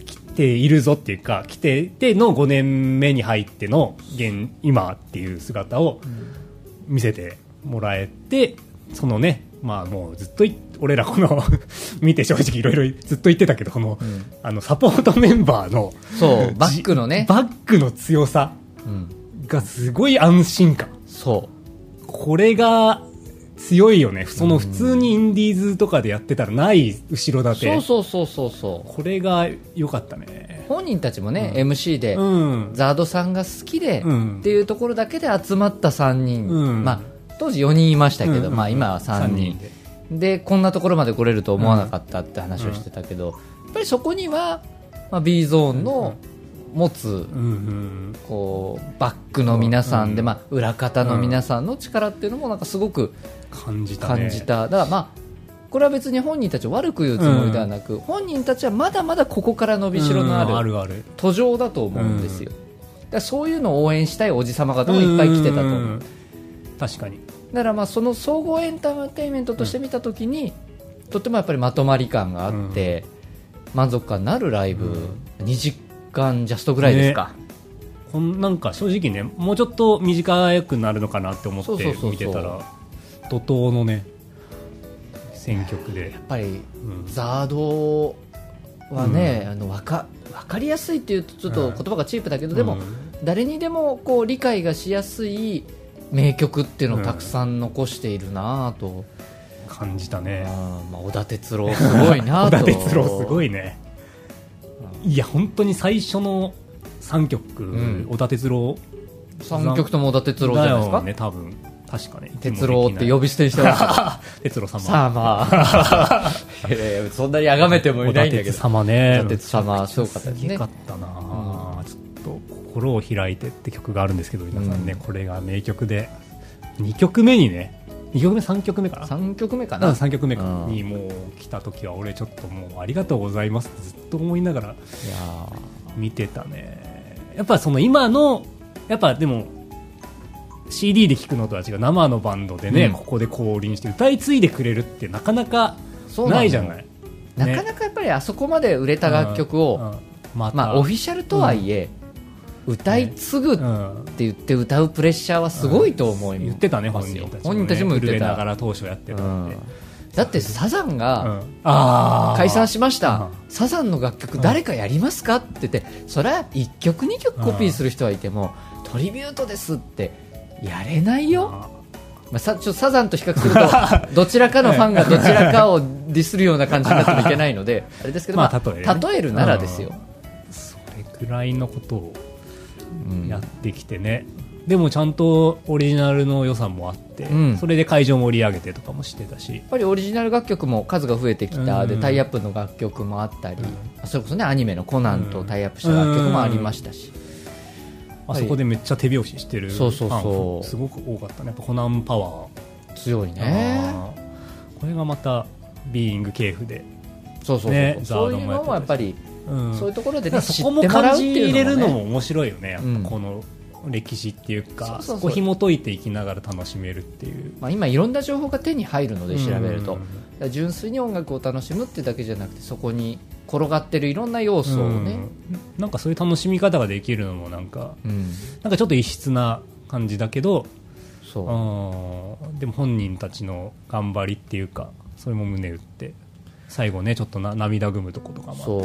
[SPEAKER 3] きているぞっていうか来ていての5年目に入っての現今っていう姿を見せてもらえてそのねまあもうずっとい俺らこの 見て正直いろいろずっと言ってたけどこの,、
[SPEAKER 2] ん
[SPEAKER 3] あのサポートメンバーの
[SPEAKER 2] そう、バックのね。
[SPEAKER 3] バックの強さ
[SPEAKER 2] うん。
[SPEAKER 3] がすごい安心感
[SPEAKER 2] そ
[SPEAKER 3] これが強いよねその普通にインディーズとかでやってたらない後ろ
[SPEAKER 2] う。そ
[SPEAKER 3] 盾
[SPEAKER 2] うそうそうそうそう。
[SPEAKER 3] これが良かったね
[SPEAKER 2] 本人たちもね、MC で、
[SPEAKER 3] うん
[SPEAKER 2] ザードさんが好きで、
[SPEAKER 3] うん
[SPEAKER 2] っていうところだけで集まった3人、
[SPEAKER 3] うん
[SPEAKER 2] まあ、当時4人いましたけど、
[SPEAKER 3] うんうん
[SPEAKER 2] まあ、今は3
[SPEAKER 3] 三
[SPEAKER 2] 人
[SPEAKER 3] で
[SPEAKER 2] でこんなところまで来れると思わなかったって話をしてたけど、やっぱりそこには、まあ、B ゾーンの持つ
[SPEAKER 3] うんうん
[SPEAKER 2] こうバックの皆さんで、
[SPEAKER 3] うん
[SPEAKER 2] まあ、裏方の皆さんの力っていうのもなんかすごく
[SPEAKER 3] 感じたね
[SPEAKER 2] 感じた、だからまあこれは別に本人たちを悪く言うつもりではなく、本人たちはまだまだここから伸びしろのあ
[SPEAKER 3] うん
[SPEAKER 2] る
[SPEAKER 3] あるある
[SPEAKER 2] 途上だと思うんですよ、だからそういうのを応援したいおじさま方もいっぱい来てたと思う、
[SPEAKER 3] ん確かに
[SPEAKER 2] だからまあその総合エンターテインメントとして見た時に、とってもやっぱりまとまり感があって、満足感のあるライブ、2時間ジャストぐらいですか、
[SPEAKER 3] こんなんか正直ねもうちょっと短くなるのかなって思
[SPEAKER 2] そう
[SPEAKER 3] っ
[SPEAKER 2] そう
[SPEAKER 3] て
[SPEAKER 2] そうそう
[SPEAKER 3] 見てたら怒涛のね選曲で
[SPEAKER 2] やっぱり
[SPEAKER 3] うん
[SPEAKER 2] ザードはね、あのわか分かりやすいっていうとちょっと言葉がチープだけど、で
[SPEAKER 3] う
[SPEAKER 2] も
[SPEAKER 3] ん
[SPEAKER 2] 誰にでもこう理解がしやすい名曲っていうのをたくさん残しているなぁと。
[SPEAKER 3] 感じたね
[SPEAKER 2] あーまあ、小田哲郎すごいな
[SPEAKER 3] 小
[SPEAKER 2] と
[SPEAKER 3] 田哲郎すご
[SPEAKER 2] い
[SPEAKER 3] いねいや本当に最初の3曲、
[SPEAKER 2] ん
[SPEAKER 3] 小田哲郎
[SPEAKER 2] 3曲とも小田哲郎じゃないですか、
[SPEAKER 3] だよね多分確かね
[SPEAKER 2] 哲郎って呼び捨てにしてました
[SPEAKER 3] 哲郎様
[SPEAKER 2] さあま あいやいやそんなに崇めてもいないんだけ
[SPEAKER 3] 小田哲
[SPEAKER 2] ど
[SPEAKER 3] 様ね
[SPEAKER 2] 小田哲様すごかったですね
[SPEAKER 3] げかったな、ちょっと心を開いてって曲があるんですけど皆さんね、
[SPEAKER 2] うん
[SPEAKER 3] これが名曲で2曲目にね2曲目3曲目かな
[SPEAKER 2] 3曲目か
[SPEAKER 3] うん
[SPEAKER 2] な
[SPEAKER 3] 3曲目か
[SPEAKER 2] うん
[SPEAKER 3] にもう来た時は俺ちょっともうありがとうございますってずっと思いながら
[SPEAKER 2] いやー
[SPEAKER 3] 見てたねやっぱその今のやっぱでも CD で聴くのとは違う生のバンドでね、
[SPEAKER 2] うん
[SPEAKER 3] ここで降臨して歌い継いでくれるってなかなか
[SPEAKER 2] そうなの
[SPEAKER 3] ないじゃない
[SPEAKER 2] な
[SPEAKER 3] ね
[SPEAKER 2] かなかやっぱりあそこまで売れた楽曲を、
[SPEAKER 3] うんうんまた
[SPEAKER 2] まあ、オフィシャルとはいえ、歌い継ぐって
[SPEAKER 3] うん
[SPEAKER 2] 言って歌うプレッシャーはすごいと思いますよ、
[SPEAKER 3] 言ってたね本人たちもね、
[SPEAKER 2] 本人たちも言っ
[SPEAKER 3] 震
[SPEAKER 2] て
[SPEAKER 3] えなが
[SPEAKER 2] た、
[SPEAKER 3] ら当初やってた
[SPEAKER 2] うんん
[SPEAKER 3] で、
[SPEAKER 2] だってサザンが、
[SPEAKER 3] うんあー
[SPEAKER 2] 解散しました
[SPEAKER 3] あ、
[SPEAKER 2] サザンの楽曲、誰かやりますかって言って、それは1曲、2曲コピーする人はいても、トリビュートですって、やれないよ、
[SPEAKER 3] あ
[SPEAKER 2] まあ、さちょっとサザンと比較する と、どちらかのファンがどちらかをディスるような感じになってもいけない ので、あれですけど、
[SPEAKER 3] ま
[SPEAKER 2] ま
[SPEAKER 3] あ
[SPEAKER 2] あ、
[SPEAKER 3] 例
[SPEAKER 2] 例
[SPEAKER 3] えね
[SPEAKER 2] えるならですよ、
[SPEAKER 3] それくらいのことを
[SPEAKER 2] うん
[SPEAKER 3] やってきてね、でもちゃんとオリジナルの予算もあって、
[SPEAKER 2] うん
[SPEAKER 3] それで会場盛り上げてとかもしてたし
[SPEAKER 2] やっぱりオリジナル楽曲も数が増えてきた、
[SPEAKER 3] うん
[SPEAKER 2] でタイアップの楽曲もあったり、それこそね、アニメのコナンとタイアップした楽曲もありましたし、
[SPEAKER 3] あそこでめっちゃ手拍子してるフ
[SPEAKER 2] そうそうそう
[SPEAKER 3] ァンすごく多かったねやっぱコナンパワー
[SPEAKER 2] 強いね
[SPEAKER 3] あーこれがまたビーイング系譜で、
[SPEAKER 2] そうそうそう、
[SPEAKER 3] ね
[SPEAKER 2] そうい
[SPEAKER 3] ザード
[SPEAKER 2] う
[SPEAKER 3] もや
[SPEAKER 2] の
[SPEAKER 3] ってたし
[SPEAKER 2] もやっぱり、
[SPEAKER 3] うん
[SPEAKER 2] そういうところで
[SPEAKER 3] だから
[SPEAKER 2] ね
[SPEAKER 3] そ
[SPEAKER 2] 知
[SPEAKER 3] こ
[SPEAKER 2] っ
[SPEAKER 3] も
[SPEAKER 2] てもらう
[SPEAKER 3] 感
[SPEAKER 2] って
[SPEAKER 3] じ
[SPEAKER 2] いう
[SPEAKER 3] 入
[SPEAKER 2] ね
[SPEAKER 3] れるのも面白いよねやっ
[SPEAKER 2] うん
[SPEAKER 3] ぱこの歴史っていうか、
[SPEAKER 2] そうそう
[SPEAKER 3] そ
[SPEAKER 2] そう
[SPEAKER 3] こ紐解いていきながら楽しめるっていう
[SPEAKER 2] まあ、今いろんな情報が手に入るので調べると、
[SPEAKER 3] う
[SPEAKER 2] だか
[SPEAKER 3] ん
[SPEAKER 2] ら純粋に音楽を楽しむってだけじゃなくてそこに転がってるいろんな要素をね、
[SPEAKER 3] うんなんかそういう楽しみ方ができるのもなんか
[SPEAKER 2] うん
[SPEAKER 3] なんかちょっと異質な感じだけど、
[SPEAKER 2] そう
[SPEAKER 3] うんでも本人たちの頑張りっていうかそれも胸打って最後ねちょっとな涙ぐむとことかもあって
[SPEAKER 2] そう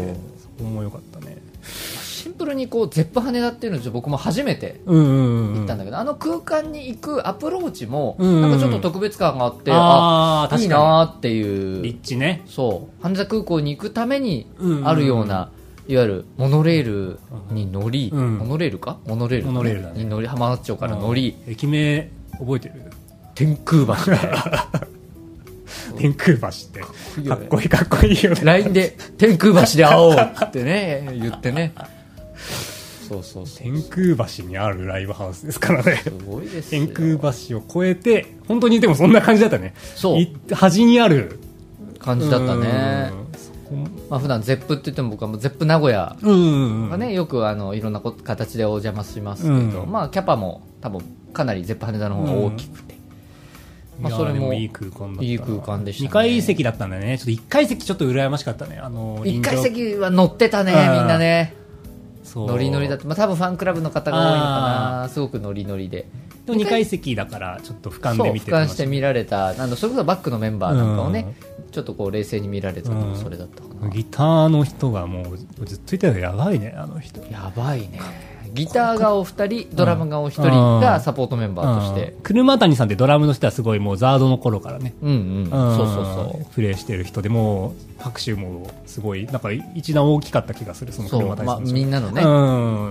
[SPEAKER 3] そこも良かったね
[SPEAKER 2] シンプルにこうゼップ羽田っていうのを僕も初めて
[SPEAKER 3] うんうんうん
[SPEAKER 2] 行ったんだけど、あの空間に行くアプローチも
[SPEAKER 3] うんうんうん
[SPEAKER 2] なんかちょっと特別感があって、あ
[SPEAKER 3] ああ
[SPEAKER 2] いい
[SPEAKER 3] 確か
[SPEAKER 2] なーって
[SPEAKER 3] に
[SPEAKER 2] いう
[SPEAKER 3] 立地ね
[SPEAKER 2] そう羽田空港に行くために
[SPEAKER 3] うん
[SPEAKER 2] あるような、いわゆるモノレールに乗り、
[SPEAKER 3] うん
[SPEAKER 2] モノレールかモノレール
[SPEAKER 3] モノレールだね
[SPEAKER 2] に乗り浜松町から乗り、
[SPEAKER 3] うん駅名覚えてる
[SPEAKER 2] 天空橋みた いな
[SPEAKER 3] 天空橋って
[SPEAKER 2] いい
[SPEAKER 3] か
[SPEAKER 2] よ
[SPEAKER 3] っ
[SPEAKER 2] ね
[SPEAKER 3] こいいかっこいいよね
[SPEAKER 2] LINE で「天空橋で会おう」ってね言ってねそうそうそう
[SPEAKER 3] 天空橋にあるライブハウスですからね
[SPEAKER 2] すごいですよ
[SPEAKER 3] 天空橋を越えて本当にでもそんな感じだったね
[SPEAKER 2] そう
[SPEAKER 3] い端にある
[SPEAKER 2] 感じだったね
[SPEAKER 3] うんそこも
[SPEAKER 2] まあ普段ゼップって言っても僕はもうゼップ名古屋
[SPEAKER 3] うんうんう
[SPEAKER 2] が
[SPEAKER 3] ん
[SPEAKER 2] ねよくあのいろんなこ形でお邪魔しますけど、
[SPEAKER 3] うん
[SPEAKER 2] まあキャパも多分かなりゼップ羽田の方が大きくて、まあ
[SPEAKER 3] いやー
[SPEAKER 2] それも
[SPEAKER 3] でいい空間だったない
[SPEAKER 2] い空間でしたね
[SPEAKER 3] 2階席だったんだよねちょっと1階席ちょっと羨ましかったねあの
[SPEAKER 2] 一階
[SPEAKER 3] 臨場
[SPEAKER 2] 席は乗ってたねみん
[SPEAKER 3] うん
[SPEAKER 2] なね
[SPEAKER 3] そう
[SPEAKER 2] ノリノリだった、まあ、多分ファンクラブの方が多いのかなすごくノリノリで
[SPEAKER 3] でも2階席だからちょっと俯瞰
[SPEAKER 2] そ
[SPEAKER 3] で
[SPEAKER 2] う
[SPEAKER 3] 見
[SPEAKER 2] 俯
[SPEAKER 3] て
[SPEAKER 2] 瞰して見られたあのそれこそバックのメンバーなんかをね、ちょっとこう冷静に見られたのもそれだったかな、
[SPEAKER 3] ギターの人がもうずっといたよやばいねあの人
[SPEAKER 2] やばいねギターがお二人ドラムがお一人がサポートメンバーとして
[SPEAKER 3] うん車谷さんってドラムの人はすごいもうザードの頃からね
[SPEAKER 2] うんうん、
[SPEAKER 3] ん
[SPEAKER 2] そうそうそう
[SPEAKER 3] プレイしてる人でもう拍手もすごいなんか一段大きかった気がするその
[SPEAKER 2] そ
[SPEAKER 3] 車
[SPEAKER 2] う、
[SPEAKER 3] 谷
[SPEAKER 2] ま
[SPEAKER 3] さ
[SPEAKER 2] あ、
[SPEAKER 3] んの人
[SPEAKER 2] みんなのね、
[SPEAKER 3] う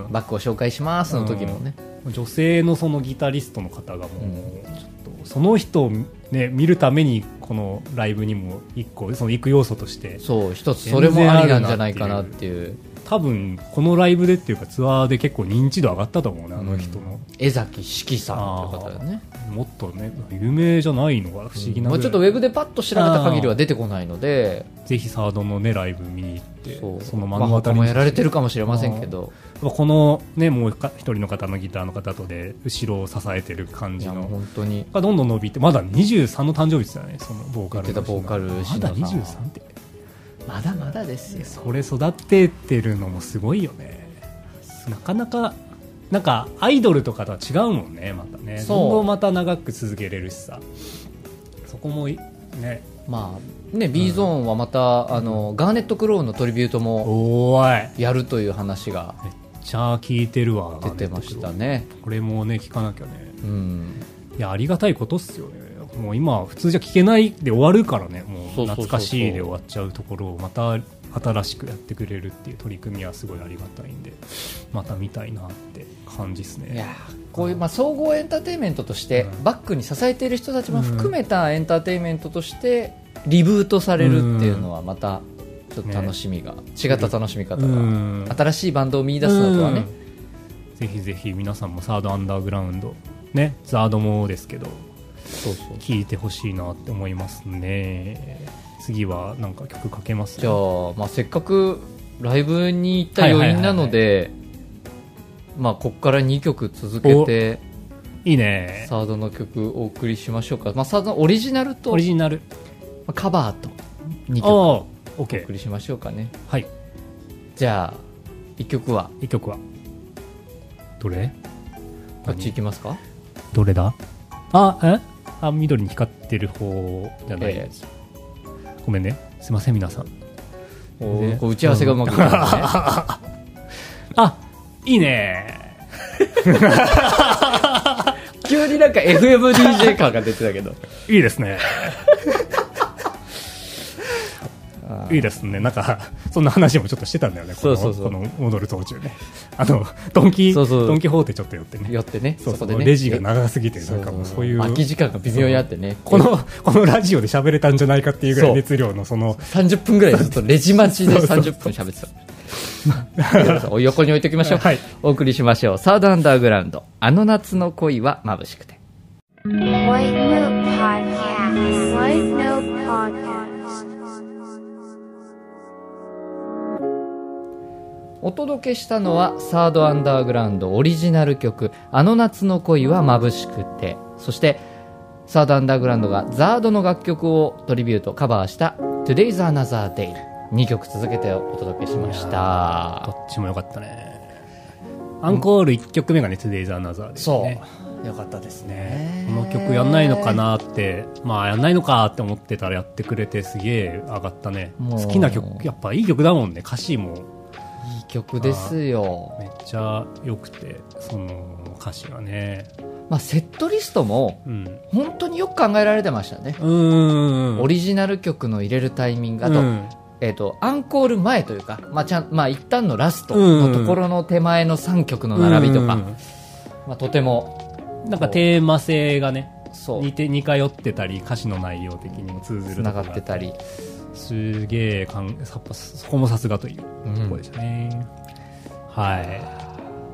[SPEAKER 3] ん
[SPEAKER 2] バックを紹介しますの時もね、
[SPEAKER 3] 女性のそのギタリストの方がもう、
[SPEAKER 2] うん
[SPEAKER 3] ちょっとその人を、ね、見るためにこのライブにも一個その行く要素として
[SPEAKER 2] そう一つそれもありなんじゃないかなっていう
[SPEAKER 3] 多分このライブでっていうかツアーで結構認知度上がったと思うねあの人の、
[SPEAKER 2] 江崎四季さんという方だよね
[SPEAKER 3] もっとね有名じゃないのが不思議な
[SPEAKER 2] も
[SPEAKER 3] ぐら
[SPEAKER 2] う
[SPEAKER 3] い、
[SPEAKER 2] ちょっとウェブでパッと調べた限りは出てこないので
[SPEAKER 3] ぜひサードのねライブ見に行って
[SPEAKER 2] そう
[SPEAKER 3] その
[SPEAKER 2] ま
[SPEAKER 3] 目
[SPEAKER 2] あ
[SPEAKER 3] の当た
[SPEAKER 2] 他
[SPEAKER 3] り
[SPEAKER 2] も
[SPEAKER 3] に
[SPEAKER 2] やられてるかもしれませんけど
[SPEAKER 3] このねもう一人の方のギターの方とで後ろを支えてる感
[SPEAKER 2] い
[SPEAKER 3] じ
[SPEAKER 2] やもう
[SPEAKER 3] の
[SPEAKER 2] 本当に
[SPEAKER 3] がどんどん伸びてまだ23の誕生日ですよねそのボーカルの
[SPEAKER 2] 言って
[SPEAKER 3] 人
[SPEAKER 2] たボーカルの人
[SPEAKER 3] まだ23って
[SPEAKER 2] まだまだですよ
[SPEAKER 3] それ育ててるのもすごいよねなかなかなんかアイドルとかとは違うもんねまたね
[SPEAKER 2] そう
[SPEAKER 3] どんどんまた長く続けれるしさそこもいね
[SPEAKER 2] まあね B ゾーンはまた、あのガーネット・クロウのトリビュートも
[SPEAKER 3] おーい
[SPEAKER 2] やるという話が
[SPEAKER 3] めっちゃ聞いてるわ
[SPEAKER 2] 出てましたね
[SPEAKER 3] これもね聞かなきゃね
[SPEAKER 2] うん
[SPEAKER 3] いやありがたいことっすよねもう今普通じゃ聞けないで終わるからね
[SPEAKER 2] そ
[SPEAKER 3] もう
[SPEAKER 2] うそうそうそう
[SPEAKER 3] 懐かしいで終わっちゃうところをまた新しくやってくれるっていう取り組みはすごいありがたいんでまた見たいなって感じですね
[SPEAKER 2] いやーこういう、まあ、総合エンターテインメントとして、
[SPEAKER 3] うん
[SPEAKER 2] バックに支えている人たちも含めたエンターテインメントとしてリブートされるっていうのはまたちょっと楽しみが、違った楽しみ方
[SPEAKER 3] う
[SPEAKER 2] が
[SPEAKER 3] ん
[SPEAKER 2] 新しいバンドを見出すのとはね、
[SPEAKER 3] うんぜひぜひ皆さんもサードアンダーグラウンドねザードもですけど
[SPEAKER 2] そうそう
[SPEAKER 3] 聞いてほしいなって思いますね次はなんか曲かけます
[SPEAKER 2] じゃあ、まあ、せっかくライブに行った余韻なので、まあ、ここから2曲続けて
[SPEAKER 3] いいね
[SPEAKER 2] サードの曲お送りしましょうか、まあ、サードのオリジナルと
[SPEAKER 3] オリジナル
[SPEAKER 2] まあカバーと2曲お
[SPEAKER 3] ああ
[SPEAKER 2] 送
[SPEAKER 3] OK
[SPEAKER 2] りしましょうかね
[SPEAKER 3] はい
[SPEAKER 2] じゃあ1曲は
[SPEAKER 3] 一曲はどれ
[SPEAKER 2] こっち行きますか
[SPEAKER 3] どれだあえあ緑に光ってる方じゃない、
[SPEAKER 2] え
[SPEAKER 3] ごめんねすいません皆さん
[SPEAKER 2] おー
[SPEAKER 3] ね
[SPEAKER 2] こう打ち合わせがうまくいか
[SPEAKER 3] あいいね
[SPEAKER 2] ないね急になんか FMDJ 感が出てたけど
[SPEAKER 3] いいですねいいですねなんかそんな話もちょっとしてたんだよねこの
[SPEAKER 2] そうそうそう
[SPEAKER 3] この戻る途中ねあのドンキ
[SPEAKER 2] そうそう
[SPEAKER 3] ドン・キホーテちょっ と寄ってね
[SPEAKER 2] 寄ってね
[SPEAKER 3] そ
[SPEAKER 2] そう
[SPEAKER 3] そ
[SPEAKER 2] こ
[SPEAKER 3] う
[SPEAKER 2] でね
[SPEAKER 3] レジが
[SPEAKER 2] え
[SPEAKER 3] 長すぎてなんかもうそういう
[SPEAKER 2] 空き時間が微妙にあってね
[SPEAKER 3] このこのラジオで喋れたんじゃないかっていうぐらい熱量のその
[SPEAKER 2] 30分ぐらいずっとレジ待ちで
[SPEAKER 3] そうそう
[SPEAKER 2] 30分喋ってた皆さんお横に置いておきましょう、
[SPEAKER 3] はい
[SPEAKER 2] お送りしましょうサードアンダーグラウンドあの夏の恋は眩しくて
[SPEAKER 4] White Note Podcast.
[SPEAKER 2] お届けしたのはサードアンダーグラウンドオリジナル曲「あの夏の恋は眩しくて」そしてサードアンダーグラウンドがザードの楽曲をトリビュートカバーした「Today's Another Day」2曲続けてお届けしまし
[SPEAKER 3] ど
[SPEAKER 2] た
[SPEAKER 3] っちも良かったねアンコール1曲目がね「Today's Another」です
[SPEAKER 2] そ
[SPEAKER 3] ね
[SPEAKER 2] うよかったです
[SPEAKER 3] ね
[SPEAKER 2] ね
[SPEAKER 3] この曲やんないのかなってまあやんないのかって思ってたらやってくれてすげえ上がったね
[SPEAKER 2] もう
[SPEAKER 3] 好きな曲やっぱいい曲だもんね歌詞も
[SPEAKER 2] いい曲ですよ
[SPEAKER 3] めっちゃ良くてその歌詞がね
[SPEAKER 2] まあ、セットリストも
[SPEAKER 3] うんう
[SPEAKER 2] 本当によく考えられてましたね、
[SPEAKER 3] ーん
[SPEAKER 2] オリジナル曲の入れるタイミングあと,、
[SPEAKER 3] うん
[SPEAKER 2] えー、とアンコール前というか、まあ、ちゃんまあ一旦のラストのところの手前の3曲の並びとか、
[SPEAKER 3] う
[SPEAKER 2] まあ、とても
[SPEAKER 3] んなんかテーマ性がね
[SPEAKER 2] そう
[SPEAKER 3] 似て似通ってたり歌詞の内容的にも通ずる
[SPEAKER 2] つ
[SPEAKER 3] と
[SPEAKER 2] な
[SPEAKER 3] こ
[SPEAKER 2] が
[SPEAKER 3] ろ
[SPEAKER 2] ってたり
[SPEAKER 3] すげえかんさっぱそこもさすがというところでしたね、はい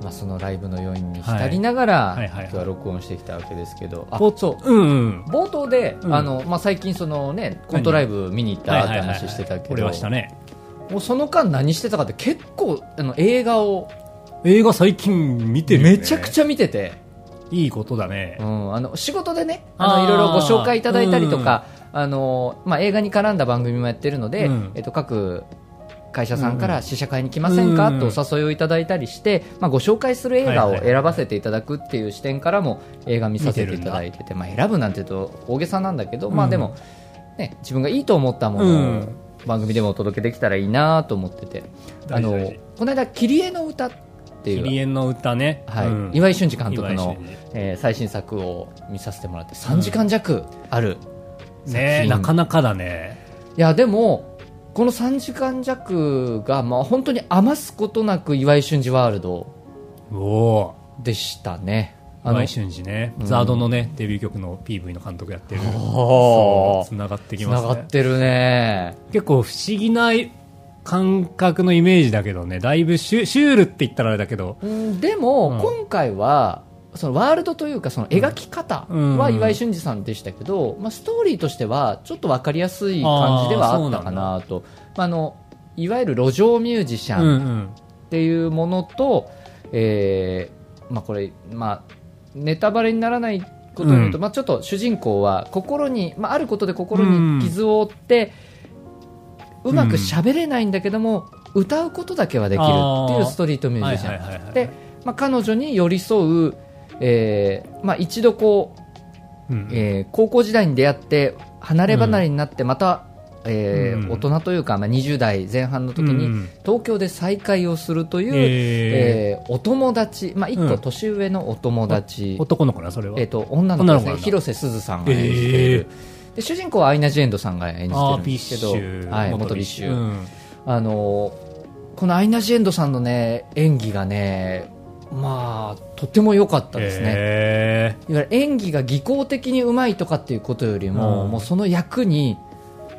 [SPEAKER 2] まあ、そのライブの要因に浸りながら、
[SPEAKER 3] はいはいはいはい
[SPEAKER 2] 今日は録音してきたわけですけど、あ
[SPEAKER 3] ぼ
[SPEAKER 2] そう
[SPEAKER 3] うんうん
[SPEAKER 2] 冒頭で、
[SPEAKER 3] うん
[SPEAKER 2] あのまあ、最近その、ね、コントライブ見に行ったって話してたけ
[SPEAKER 3] これ
[SPEAKER 2] ど
[SPEAKER 3] はしたね
[SPEAKER 2] もうその間何してたかって結構あの映画を
[SPEAKER 3] 映画最近見てるよ、ね、
[SPEAKER 2] めちゃくちゃ見てて。
[SPEAKER 3] ゃいいことだね
[SPEAKER 2] うん、あの仕事でね
[SPEAKER 3] あ
[SPEAKER 2] あ
[SPEAKER 3] ー
[SPEAKER 2] のいろいろご紹介いただいたりとか、あのまあ、映画に絡んだ番組もやってるので、
[SPEAKER 3] うん
[SPEAKER 2] えっと、各会社さんから試写会に来ませんか、
[SPEAKER 3] うん
[SPEAKER 2] とお誘いをいただいたりして、まあ、ご紹介する映画
[SPEAKER 3] はい
[SPEAKER 2] を
[SPEAKER 3] はいはい
[SPEAKER 2] 選ばせていただくっていう視点からも映画見させていただいててまあ、選ぶなんて言うと大げさなんだけど、ま
[SPEAKER 3] う
[SPEAKER 2] あ、
[SPEAKER 3] ん
[SPEAKER 2] でも、ね、自分がいいと思ったも
[SPEAKER 3] う
[SPEAKER 2] のを
[SPEAKER 3] ん
[SPEAKER 2] 番組でもお届けできたらいいなと思ってて、あ
[SPEAKER 3] 大事大
[SPEAKER 2] の
[SPEAKER 3] 事
[SPEAKER 2] この間「キリエの歌」って
[SPEAKER 3] キリ
[SPEAKER 2] いう、
[SPEAKER 3] エの歌ね、
[SPEAKER 2] はい
[SPEAKER 3] うん
[SPEAKER 2] 岩井俊二監督
[SPEAKER 3] 岩
[SPEAKER 2] の
[SPEAKER 3] 井。俊
[SPEAKER 2] えー最新作を見させてもらって3時間弱ある、
[SPEAKER 3] 二
[SPEAKER 2] 作
[SPEAKER 3] ね
[SPEAKER 2] 品
[SPEAKER 3] なかなかだね
[SPEAKER 2] いやでもこの3時間弱が、まあ、本当に余すことなく岩井俊二ワールド
[SPEAKER 3] おお
[SPEAKER 2] でしたね
[SPEAKER 3] ー岩井俊二ね、
[SPEAKER 2] うん
[SPEAKER 3] ザードのねデビュー曲の PV の監督やってる
[SPEAKER 2] おー
[SPEAKER 3] つながってき
[SPEAKER 2] つ
[SPEAKER 3] ま
[SPEAKER 2] な
[SPEAKER 3] す
[SPEAKER 2] が
[SPEAKER 3] ね
[SPEAKER 2] ってるね
[SPEAKER 3] 結構不思議な感覚のイメージだけどねだいぶシュシュールって言ったらあれだけど
[SPEAKER 2] うんでも、
[SPEAKER 3] うん
[SPEAKER 2] 今回はそのワールドというかその描き方
[SPEAKER 3] うんう
[SPEAKER 2] は
[SPEAKER 3] ん
[SPEAKER 2] 岩井俊二さんでしたけど、まあ、ストーリーとしてはちょっと分かりやすい感じでは
[SPEAKER 3] あー
[SPEAKER 2] あったかなとまああのいわゆる路上ミュージシャン、
[SPEAKER 3] うん
[SPEAKER 2] っていうものと、えーまあ、これ、まあ、ネタバレにならないことを言うと、
[SPEAKER 3] う
[SPEAKER 2] まあ、ちょっと主人公は心に、まあ、あることで心に傷を負って、うまく喋れないんだけども、歌うことだけはできるってい
[SPEAKER 3] あー
[SPEAKER 2] うストリート
[SPEAKER 3] う
[SPEAKER 2] ミ
[SPEAKER 3] ん
[SPEAKER 2] ュー
[SPEAKER 3] はい
[SPEAKER 2] ジシ
[SPEAKER 3] はい
[SPEAKER 2] ャン。
[SPEAKER 3] はいはい
[SPEAKER 2] で、まあ、彼女に寄り添う、えーまあ、一度こう、
[SPEAKER 3] うん
[SPEAKER 2] えー高校時代に出会って離れ離れになってまた、えー
[SPEAKER 3] うん
[SPEAKER 2] 大人というか、まあ、20代前半の時に、
[SPEAKER 3] うん
[SPEAKER 2] 東京で再会をするという、
[SPEAKER 3] え
[SPEAKER 2] えーお友達、まあ、1
[SPEAKER 3] う
[SPEAKER 2] 個
[SPEAKER 3] ん
[SPEAKER 2] 年上のお友達、
[SPEAKER 3] ー男の子なそれは、
[SPEAKER 2] えー、と女の子です
[SPEAKER 3] 女の子な
[SPEAKER 2] ね
[SPEAKER 3] んだ
[SPEAKER 2] 広瀬すずさんが演じている、で主人公はアイナ・ジ・エンドさんが演じて
[SPEAKER 3] ああ
[SPEAKER 2] るん
[SPEAKER 3] ビ
[SPEAKER 2] で
[SPEAKER 3] ッ
[SPEAKER 2] す
[SPEAKER 3] シ
[SPEAKER 2] けど
[SPEAKER 3] ュ、
[SPEAKER 2] はい、元ビッシュ、
[SPEAKER 3] うん
[SPEAKER 2] あのーこのアイナ・ジ・エンドさんの、ね、演技がねまあとても良かったですね、
[SPEAKER 3] え
[SPEAKER 2] いわゆる演技が技巧的にうまいとかっていうことよりも、
[SPEAKER 3] うん
[SPEAKER 2] もうその役に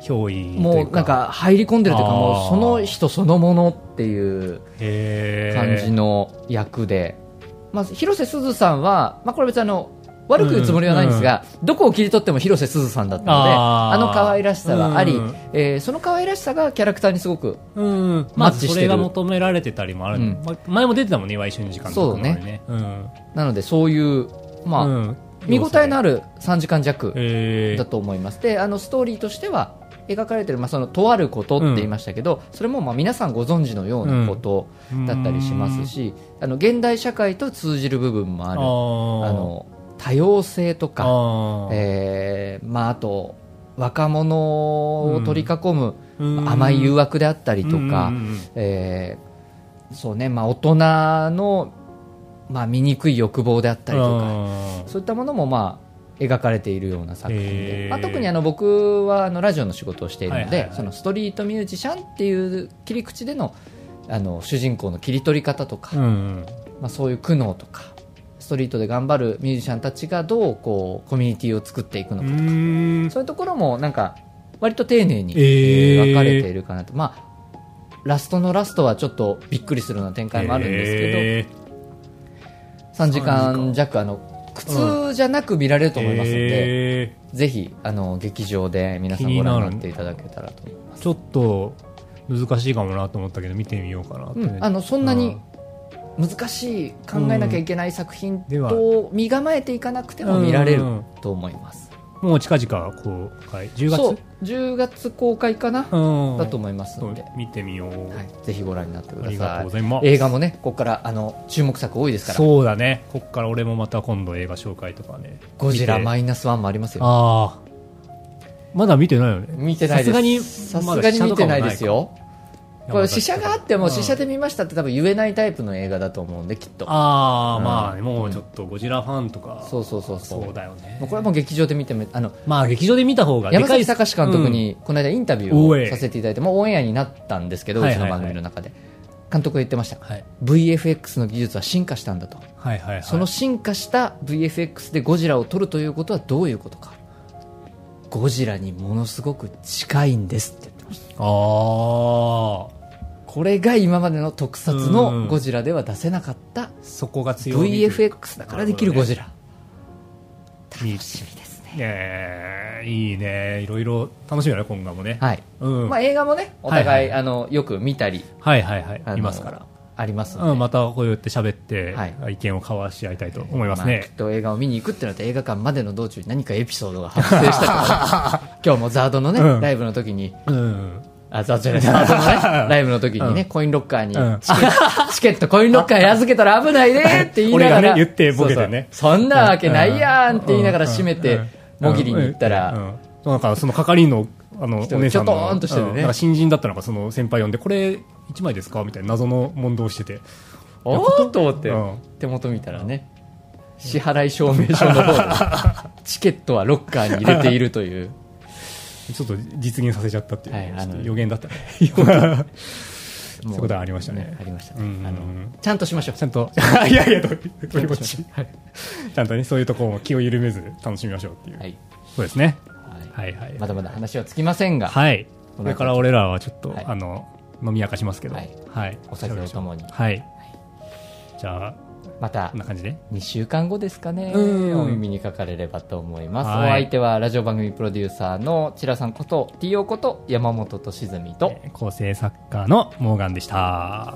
[SPEAKER 3] ー憑依とい
[SPEAKER 2] もうなんか入り込んでるというか
[SPEAKER 3] あー
[SPEAKER 2] もうその人そのものっていう
[SPEAKER 3] へ
[SPEAKER 2] 感
[SPEAKER 3] ー
[SPEAKER 2] じの役で、まあ、広瀬すずさんは、まあ、これ別にあの悪く言うつもりはないんですが、どこを切り取っても広瀬すずさんだったのであ
[SPEAKER 3] あー
[SPEAKER 2] の可愛らしさがあり、
[SPEAKER 3] うん
[SPEAKER 2] えーその可愛らしさがキャラクターにすごく
[SPEAKER 3] うん
[SPEAKER 2] マ
[SPEAKER 3] まあ
[SPEAKER 2] ッチしてる
[SPEAKER 3] それが求められてたりもあ
[SPEAKER 2] う
[SPEAKER 3] る、
[SPEAKER 2] ん
[SPEAKER 3] ま前も出てたもんね岩井俊二監督のねうん
[SPEAKER 2] なのでそういう、まあ
[SPEAKER 3] うん
[SPEAKER 2] 見応えのある3時間弱。
[SPEAKER 3] えー
[SPEAKER 2] だと思います。で、あのストーリーとしては描かれてる、まあ、そのとあることって言いましたけど、それもまあ皆さんご存知のようなことだったりしますし、あの現代社会と通じる部分もあ
[SPEAKER 3] あ
[SPEAKER 2] る、
[SPEAKER 3] ー
[SPEAKER 2] あの多様性とか、
[SPEAKER 3] あー
[SPEAKER 2] えーまあ、あと若者を取り囲む
[SPEAKER 3] うん
[SPEAKER 2] 甘い誘惑であったりとか、
[SPEAKER 3] うんうんうん
[SPEAKER 2] えーそうね、まあ、大人の、まあ、醜い欲望であったりとか、
[SPEAKER 3] あー
[SPEAKER 2] そういったものもまあ描かれているような作品で、
[SPEAKER 3] へー
[SPEAKER 2] まあ、特にあの僕はあのラジオの仕事をしているので、
[SPEAKER 3] はいはいはい
[SPEAKER 2] そのストリートミュージシャンっていう切り口でのあの主人公の切り取り方とか、
[SPEAKER 3] うん
[SPEAKER 2] まあ、そういう苦悩とかストリートで頑張るミュージシャンたちがどうこうコミュニティを作っていくの
[SPEAKER 3] う
[SPEAKER 2] か、
[SPEAKER 3] ん
[SPEAKER 2] そういうところもなんか割と丁寧に
[SPEAKER 3] へー
[SPEAKER 2] 描かれているかなと、まあラストのラストはちょっとびっくりするような展開もあるんですけど、
[SPEAKER 3] え
[SPEAKER 2] 3時間弱あの苦痛じゃなく見られる
[SPEAKER 3] ー
[SPEAKER 2] と思いますので、
[SPEAKER 3] え
[SPEAKER 2] ぜひあの劇場で皆さんご覧になっていただけたらと思いま
[SPEAKER 3] ー
[SPEAKER 2] す
[SPEAKER 3] ちょっと難しいかもなと思ったけど見てみようかなって、
[SPEAKER 2] うん、あのそんなに難しい考えなきゃいけない作品と身構えていかなくても見られると思います、
[SPEAKER 3] うんもう近々公開10月
[SPEAKER 2] そう10月公開かな、
[SPEAKER 3] うん
[SPEAKER 2] だと思いますので、
[SPEAKER 3] そう見てみよう、
[SPEAKER 2] はい、ぜひご覧になってく
[SPEAKER 3] あ
[SPEAKER 2] だ
[SPEAKER 3] りがと
[SPEAKER 2] さ
[SPEAKER 3] うご
[SPEAKER 2] い
[SPEAKER 3] ざいます
[SPEAKER 2] 映画もねここからあの注目作多いですから
[SPEAKER 3] そうだねこっから俺もまた今度映画紹介とかね
[SPEAKER 2] 「ゴジラマ
[SPEAKER 3] イ
[SPEAKER 2] イナスワンもありますよ
[SPEAKER 3] ああまだ見てないよね
[SPEAKER 2] 見てないです
[SPEAKER 3] さ
[SPEAKER 2] さ
[SPEAKER 3] すがに
[SPEAKER 2] すがに見てないですよ
[SPEAKER 3] か
[SPEAKER 2] これ試写があって
[SPEAKER 3] う
[SPEAKER 2] も
[SPEAKER 3] ん
[SPEAKER 2] 試写で見ましたって多分言えないタイプの映画だと思うんできっと
[SPEAKER 3] ああ、
[SPEAKER 2] うん
[SPEAKER 3] まあねもうちょっとゴジラファンとか
[SPEAKER 2] そうそうそうそう
[SPEAKER 3] そうだよね
[SPEAKER 2] もうこれも劇場で見てもあの
[SPEAKER 3] まあ劇場で見た方が
[SPEAKER 2] 山
[SPEAKER 3] でかい
[SPEAKER 2] 崎隆監督にこの間インタビュ
[SPEAKER 3] お
[SPEAKER 2] ー
[SPEAKER 3] い
[SPEAKER 2] をさせていただいて、もうオンエアになったんですけど、
[SPEAKER 3] はいう
[SPEAKER 2] ち
[SPEAKER 3] は
[SPEAKER 2] の
[SPEAKER 3] いはい
[SPEAKER 2] 番組の中で、監督が言ってました、
[SPEAKER 3] はい
[SPEAKER 2] VFX の技術は進化したんだと、
[SPEAKER 3] はいはいはい
[SPEAKER 2] その進化した VFX でゴジラを撮るということはどういうことか、ゴジラにものすごく近いんですって言ってました。
[SPEAKER 3] ああ
[SPEAKER 2] これが今までの特撮
[SPEAKER 3] うん
[SPEAKER 2] のゴジラでは出せなかった
[SPEAKER 3] そこが強い
[SPEAKER 2] VFX だからできるゴジラ。楽し
[SPEAKER 3] 楽
[SPEAKER 2] みですね。
[SPEAKER 3] ねえいいねいろいろ楽しみだね今後もね、
[SPEAKER 2] はい。
[SPEAKER 3] うん
[SPEAKER 2] まあ映画もね、お
[SPEAKER 3] はい
[SPEAKER 2] 互い、
[SPEAKER 3] はい
[SPEAKER 2] あの、よく見たり、
[SPEAKER 3] はいはいはい
[SPEAKER 2] あの
[SPEAKER 3] いますから、
[SPEAKER 2] ありますので
[SPEAKER 3] うん、またこうやって喋って、
[SPEAKER 2] は
[SPEAKER 3] 意見を交わし合いたいと思います
[SPEAKER 2] まあ、き
[SPEAKER 3] ね
[SPEAKER 2] っ、と映画を見に行くってなったら映画館までの道中に何かエピソードが発生したとか 今日もザードのね、
[SPEAKER 3] うん
[SPEAKER 2] ライブの時に
[SPEAKER 3] うん
[SPEAKER 2] あザードじゃないザードのねライブの時にね、
[SPEAKER 3] うん
[SPEAKER 2] コインロッカーに
[SPEAKER 3] うん
[SPEAKER 2] チケ,、 チケットコインロッカーに預けたら危ないねって言いなが
[SPEAKER 3] 俺が
[SPEAKER 2] ら
[SPEAKER 3] ね言ってボケてね
[SPEAKER 2] そうそうそんなわけないやんって言いながら閉め
[SPEAKER 3] う
[SPEAKER 2] て
[SPEAKER 3] ん
[SPEAKER 2] もぎりに行った
[SPEAKER 3] うんう
[SPEAKER 2] ら
[SPEAKER 3] んそうなんかその係員のあのお
[SPEAKER 2] 人が
[SPEAKER 3] 姉さんの
[SPEAKER 2] ちょとんとしてるね
[SPEAKER 3] うんなんか新人だったのかその先輩呼んでこれ一枚ですかみたいな謎の問答をしてて
[SPEAKER 2] おおと思って
[SPEAKER 3] うん
[SPEAKER 2] 手元見たらね支払い証明書の方 でチケットはロッカーに入れているという
[SPEAKER 3] ちょっと実現させちゃったっていう、
[SPEAKER 2] はいあの
[SPEAKER 3] ちょっと予言 だったね
[SPEAKER 2] も
[SPEAKER 3] そういうことはありましたね
[SPEAKER 2] ありましたね、
[SPEAKER 3] うん
[SPEAKER 2] あのちゃんとしましょう
[SPEAKER 3] ちゃん といやいやどうどういうこっ
[SPEAKER 2] ち
[SPEAKER 3] ちちゃんとねそういうところも気を緩めず楽しみましょうっていう、
[SPEAKER 2] はい
[SPEAKER 3] そうですね
[SPEAKER 2] は
[SPEAKER 3] はいはい
[SPEAKER 2] い、まだまだ話はつきませんが、
[SPEAKER 3] はい。
[SPEAKER 2] こ
[SPEAKER 3] こ
[SPEAKER 2] の後
[SPEAKER 3] れから俺らはちょっと、
[SPEAKER 2] はい
[SPEAKER 3] あの、飲み明かしますけど、
[SPEAKER 2] は
[SPEAKER 3] はいい。
[SPEAKER 2] お酒とともに
[SPEAKER 3] はい。じゃあ、
[SPEAKER 2] また
[SPEAKER 3] こんな感じで。
[SPEAKER 2] 2週間後ですかね、
[SPEAKER 3] うん
[SPEAKER 2] お耳にかかれればと思います。
[SPEAKER 3] はい
[SPEAKER 2] お相手はラジオ番組プロデューサーのチラさんこと、TO こと山本敏みと、
[SPEAKER 3] 構成作家のモーガンでした。